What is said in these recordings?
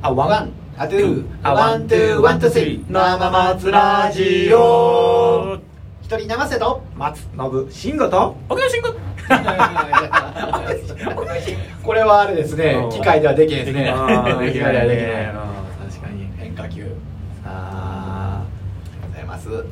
あワンあてるあワンツーワンツースリー生松ラジオ一人生瀬と松信慎吾とおけしんご これはあれですねうん機械ではできへんですねあ ー 機械ではできでないきない確かに変化球あありがとうございます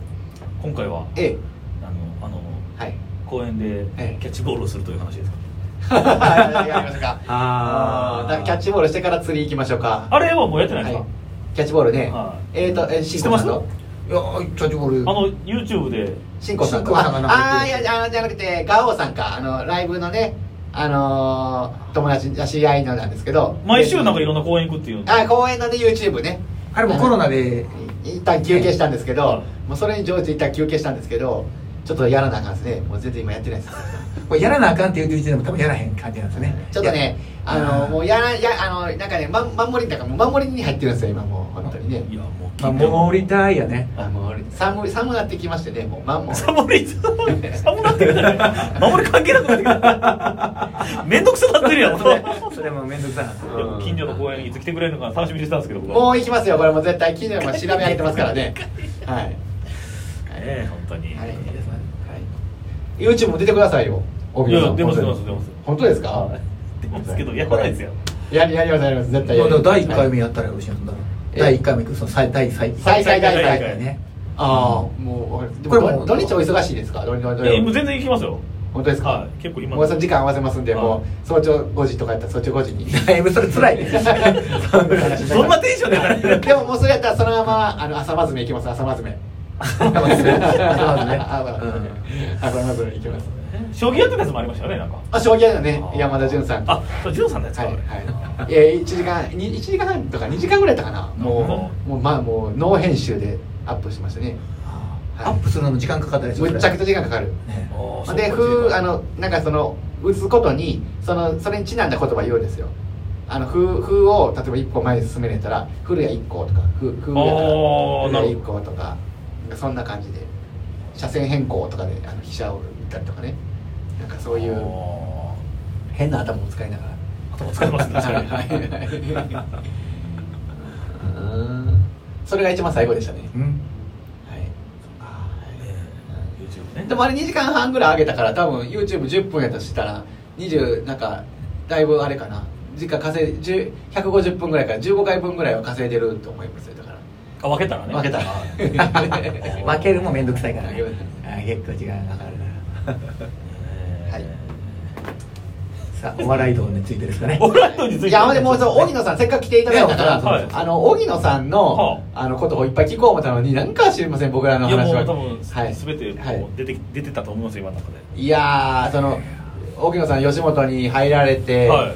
今回はえあのあのはい公園でええキャッチボールをするという話ですか 違いますかあーうんだからキャッチボールしてから釣り行きましょうかあれはもうやってないですか、はいキャッチボールねはえーとえし知っんてこますさんといやキャッチボールあの YouTube でしんこさんしんとこさんがああなーんか言っいてるやあのじゃなくてガオさんかあのライブのねあのー友達知り合いのなんですけど毎週なんかいろんな公園行くっていうのあ公園のね YouTube ねあれもコロナでい一旦休憩したんですけど、はいもうそれに乗じて一旦休憩したんですけどちょっとやらなあかんですねもう全然今やってないですこれやらなあかんって言う時点でも多分やらへん感じなんですよねちょっとねあのうんもうやらやあのなんかね、ま、守りだからもう守りに入ってるんですよ今もう本当にねいやもうまあ守りたいよねあもう俺寒い寒なってきましてねもうまもうサボりサボらってるじゃない守り関係なくなってくるめんどくさなってるやんもうそれも面倒くさなっていやもう近所の公園にいつ来てくれるのか楽しみにしてたんですけど僕はもう行きますよこれもう絶対近所も調べ上げてますからねはいええ本当に、はいい、はい、YouTube も出てくださいよ大木や戸さん出ます出ま本す当に出ます本当ですか、出ますけどやらないですよやりやりますやります絶対やります第1回はい目やったらよろしいやんだえ第1回目いくその最第最再々第再再々回回ねああもうでこれもも土日お忙しいですか土日土日えもう全然行きますよ本当ですか、はい結構今もうその時間合わせますんで、はいもう早朝5時とかやったら早朝5時 に だいぶそれ辛い ねそんなテンションでやらないでももうそれやったらそのままあの朝まずめ行きます朝まずめ朝まずめ朝まず め朝まずめ行きます将棋やってたやつもありましたよねなんかあ将棋やのねあー山田純さんとあそう潤さんのやつはか、いあれはい え1時間に一時間半とか2時間ぐらいだったかなもうもうまあもうノー編集でアップしましたねはいアップするのも時間かかったりすむるっちゃくちゃ時間かかるねあーでそうか風あのなんかその打つことにそのそれにちなんだ言葉言うんですよあの風風を例えば一歩前に進めれたら「古谷一行」とか「風風やからあー古谷一行」とかなんかそんな感じで車線変更とかであの飛車を打ったりとかねなんかそういうあ変な頭を使いながらー頭使ってますね確かにうん それが一番最後でしたね、うんはいそうかはいえー YouTube ねでもあれ2時間半ぐらい上げたから多分 YouTube10 分やとしたら20なんかだいぶあれかな時間稼い10 150分ぐらいから15回分ぐらいは稼いでると思いますよだからあ分けたらね負けたらあ負けるも面倒くさいからね負けるあ結構時間かかるからえーはいさあお笑い道についてですかねオランドについ ていやほんでもうそう荻野さんせっかく来ていただいたかいやはいらあの荻野さんのはあのことをいっぱい聞こう思ったのになんか知りません僕らのいや話もはう多分はいすべてはいもう出てき出てたと思いますよ今の中でいやーその沖野さん吉本に入られて、はうん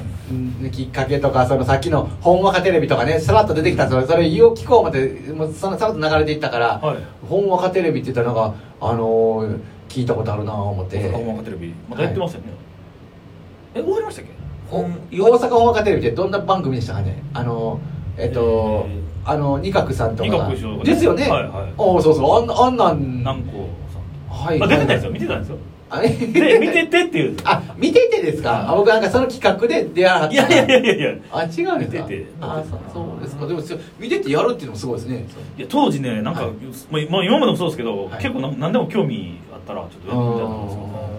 きっかけとかそのさっきの「ほんわかテレビ」とかねさらっと出てきたんですよそれ言おう聞こう思ってもうそのさらっと流れていったからはい「ほんわかテレビ」って言ったらなんかあのー聞いたことあるなぁ思って大阪音楽テレビまたやってますよねえ終わりましたっけ本大阪ほんわかテレビってどんな番組でしたかねあのえっと、あの二角さんとか二角師匠がねですよね、はいはいおそうそうあんなあんなん南光さんはいあ出てないですよよ見てたん ですよ でで見ててっていうあ見ててですか、あ僕なんかその企画で出会ったいやいやいやいやいやあ違うんですか見ててあそうそうですかでもそう見ててやるっていうのもすごいですねいや当時ねなんか、はいまあまあ、今までもそうですけど、はい結構な何でも興味あったらちょっとやってみたいと思うん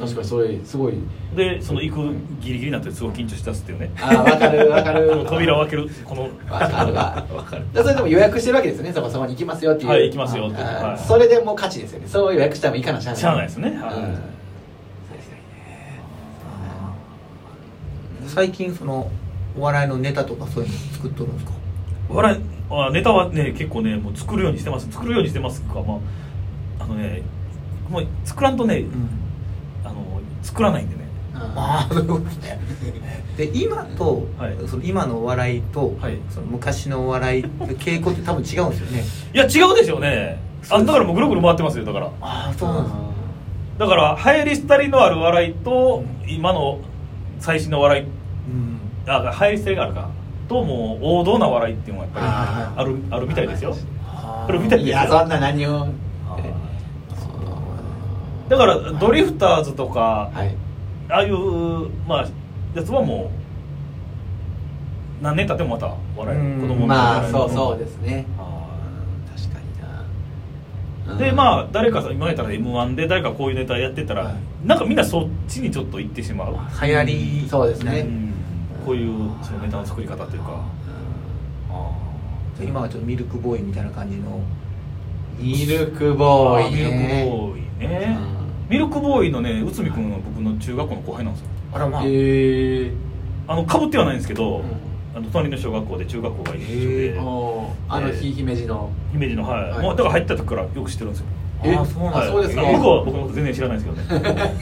確かにそれすごいうんですよでその行くギリギリになってすごい緊張してたっていうねあわか るわかこるの扉を開けるこのわかるわだからそれでも予約してるわけですよねそこそこに行きますよっていうはい行きますよっていうあはいそれでもう勝ちですよねそう予約したらもいいかなしゃあないしゃあないですね、はいうん最近そのお笑いのネタとかそういうの作っとるんですか笑いあネタはね結構ねもう作るようにしてます作るようにしてますかまああのねもう作らんとね、あの作らないんでねあああそういうことですねで今と、はいその今のお笑いと、はいその昔のお笑いの傾向って多分違うんですよねいや違うでしょうねあだからもうぐるぐる回ってますよだからああーあだから流行り廃りのある笑いと今の最新の笑いうんあ流行り性があるかともう王道な笑いっていうのがやっぱりあるあるみたいですよあこれ見たーいいですやよそんな何をだからドリフターズとかはいああいうまあやつはもう何年経ってもまた笑えうるん子供もまあ笑えるそうそうですねは確かにないでまああ誰かさ今やったら m 1で誰かこういうネタやってたら、はいなんかみんなそっちにちょっと行ってしまう、流行りそうですねうんこういうそのネタの作り方というか今はちょっとミルクボーイみたいな感じのミルクボーイねミルクボーイね、うんミルクボーイのね内海君は僕の中学校の後輩なんですよあらまあ、へえあのかぶってはないんですけど、うんあの隣の小学校で中学校が一緒で、へおーあのひ姫路の姫路のはい、はいもうだから入った時からよく知ってるんですよえあそうなんだはいあそうですかあ向こうは僕のこと全然知らないですけどね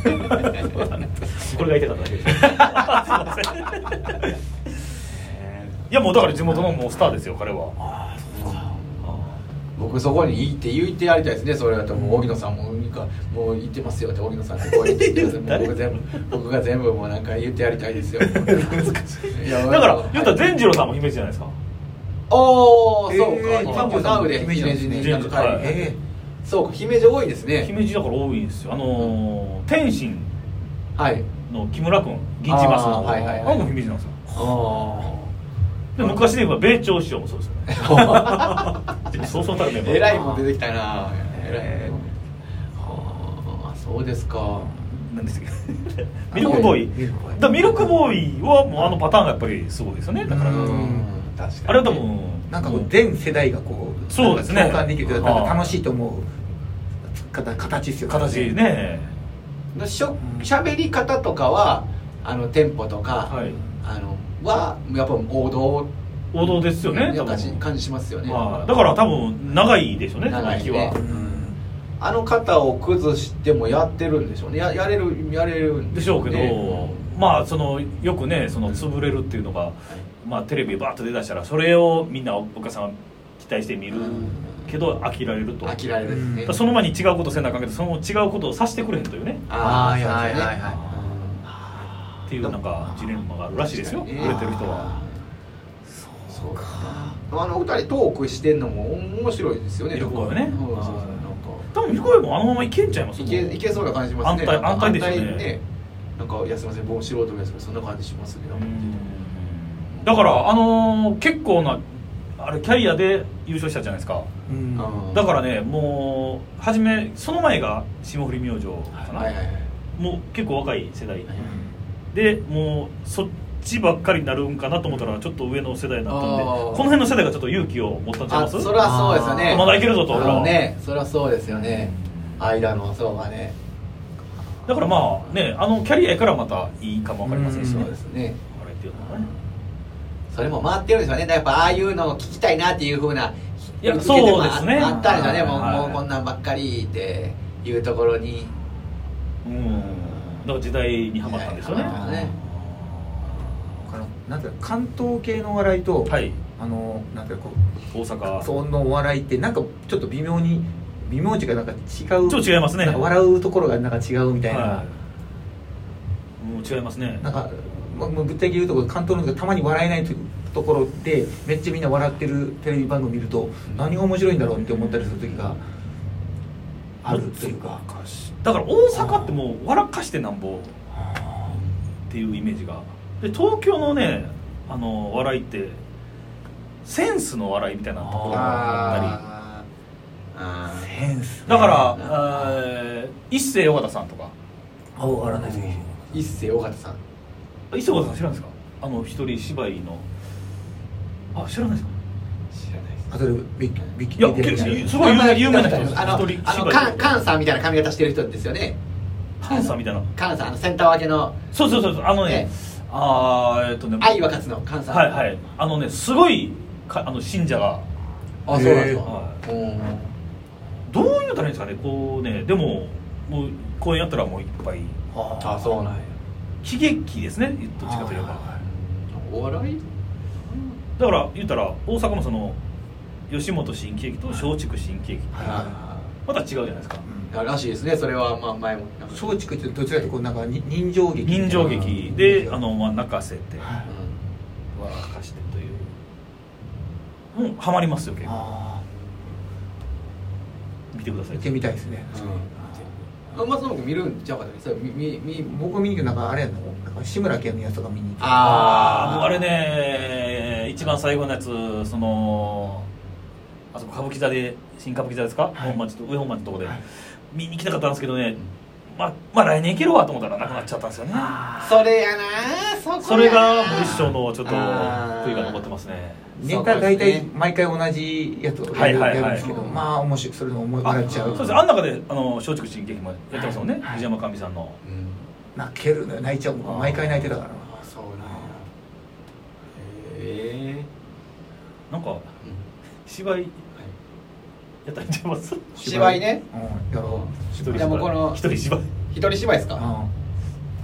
これが言いたかっただけですすいま せんいやもうだから地元のもうスターですよ彼は僕そこに行って言ってやりたいですねそれだともう荻野さんもなんかもう行ってますよって荻野さんってこう言ってください誰僕が全部僕が全部もうなんか言ってやりたいですよいやだから言ったはらい善次郎さんも姫路じゃないですかおおそうえーかタンポタウで姫路に行った姫路は帰いりええーそうか姫路多いですね姫路だから多いんですよあのー天津はいの木村君銀次バスあーのはいはいはいあの子姫路なんですよあで昔で言えば米朝師匠もそうですよ ねでもそうそうたるメンバあーえらいもん出てきたなえらいもんああそうですかなんですけど ミルクボーイミルクボーイだからミルクボーイはもうあのパターンがやっぱりすごいですよねだからうん確かにあれは多分えなんかこもう全世代がこうそうですね共感できるというかなんか楽しいと思う形形ですよ形ねしょ喋り方とかはあのテンポとか、はいあのはやっぱ王道王道ですよねやっぱし感じしますよね、はいだから多分長いでしょうねその長いね日はうんあの方を崩してもやってるんでしょうねややれるやれるんでしょうけど、ねまあそのよくねその潰れるっていうのが、まあ、テレビバーッと出だしたらそれをみんなお母さんは期待して見るうんけど飽きられると飽きられるですね、だからその前に違うことせなあかんけどその違うことをさせてくれへんというねあああーそうですねはいはいはいっていうなんかジレンマがあるらしいですよ売確れかてにるね人はそうかあのお二人トークしてんのも面白いですよねいる声ねなんかうんそうそうはいなんか多分彦もあのままいけんちゃいますいけいけそうな感じしますね。安泰なんか安泰ですよねなんかいやすみません、僕素人ですけどそんな感じしますけど。うんだからあのー結構なあれキャリアで優勝したじゃないですかうんうんだからねもう初めその前が霜降り明星かな、はいはいはい。もう結構若い世代でもうそっちばっかりになるんかなと思ったらちょっと上の世代になったんであーこの辺の世代がちょっと勇気を持ったんちゃいあ、ますそりゃそうですよね。あーまだいけるぞとあのね、そりゃそうですよね。間のそうはね。だからまあねあのキャリアやからまたいいかもわかりませんし、うんそうですね。あれっていうのはねそれも回ってるんでしょうね。だからやっぱああいうのを聞きたいなっていう風な。いや受け手もそうですねああったんでしょうね。もう、はいもうこんなんばっかりっていうところに。うんだから時代にはまったんですよね時代にハマったねあのなんていうか関東系のお笑いと、はいあのなんていうかこ大阪うそのお笑いってなんかちょっと微妙に微妙時がなんか違うちょちょっと違いますね笑うところがなんか違うみたいな、はい、もう違いますねなんか、まもうぶっちゃけ言うと関東の人がたまに笑えないとところでめっちゃみんな笑ってるテレビ番組見ると何が面白いんだろうって思ったりする時があるというかだから大阪ってもう笑かしてなんぼっていうイメージがで東京のねあの笑いってセンスの笑いみたいなところがあったりあーあー。センスだから、えー一世尾形さんとかあお笑わない時一世尾形さん。一世尾形さん知らないですかあの一人芝居のあ知らないですか知らないです。あとでビキビキいやビキみたいなけすごい有名有名な人ですあの一人あの芝居カンカンさんみたいな髪型してる人ですよねハンさんみたいなカンさんあのセンター分けのそうそうそうそうあのねええあーえっとね愛は勝つのカンさんはいはいあのねすごいかあの信者があそうなんですか、はうんどう言うたらいいんですかねこうねでももう公演やったらもういっぱいあそうなんや喜劇ですねどっちかといえばお笑いだから言ったら大阪のその吉本新喜劇と松竹新喜劇あまた違うじゃないですかーらしいですねそれはまあ前もなんか松竹ってどちらかというとこうなんかに人情劇人情劇であの、まあ、泣かせてはう笑かしてというもうハマりますよ結構あ見てくださーい見てみたいですねんうんあ松野君見るんちゃうかったそれ見見見僕見に行くなんかあれやななんか志村けんのやつとか見に行ってあああもうあれね一番最後のやつそのあそこ歌舞伎座で新歌舞伎座ですか、はい本町と上本町のとこで、見に行きたかったんですけどね、まあまあ来年行けるわと思ったらなくなっちゃったんですよねそれやなそこやなそれがもう一生のちょっとあー悔いが残ってますね年間大そうです体ね毎回同じやつをはやいるはいはいやるんですけど、まあ面白いそれの思い笑っちゃあうそうですあん中であの松竹新喜劇もやってますもんね、はい藤山かみさんのうん泣けるのよ泣いちゃう毎回泣いてたからあそうなんやへえなんか芝居やったんちゃいます芝居ねうんやろう一人いやもうこの芝居一人芝居一人芝居ですかうんい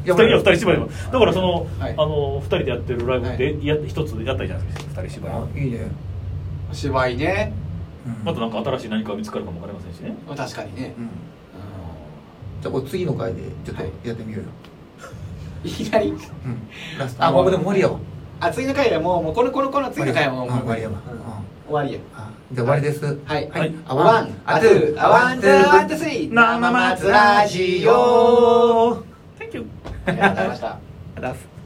二や人は俺二人芝居でもだからその、はいあの二人でやってるライブはでや一つやったじゃないですか二人芝居、あいいね芝居ねうんまたなんか新しい何かが見つかるかもわかりませんしね確かにねうんじゃあこれ次の回でちょっとやってみようようんいきなりうんラストあもうでも森やわあ次の回はもうもうこのこのこの次の回はもうあ終わりやうわんうん終わりやあじゃあ終わりですははいはいあワン、アトゥー、アワン、ツー、ワン、ツー、スリー、生松ラジオ。 Thank you ありがとうございました。ラス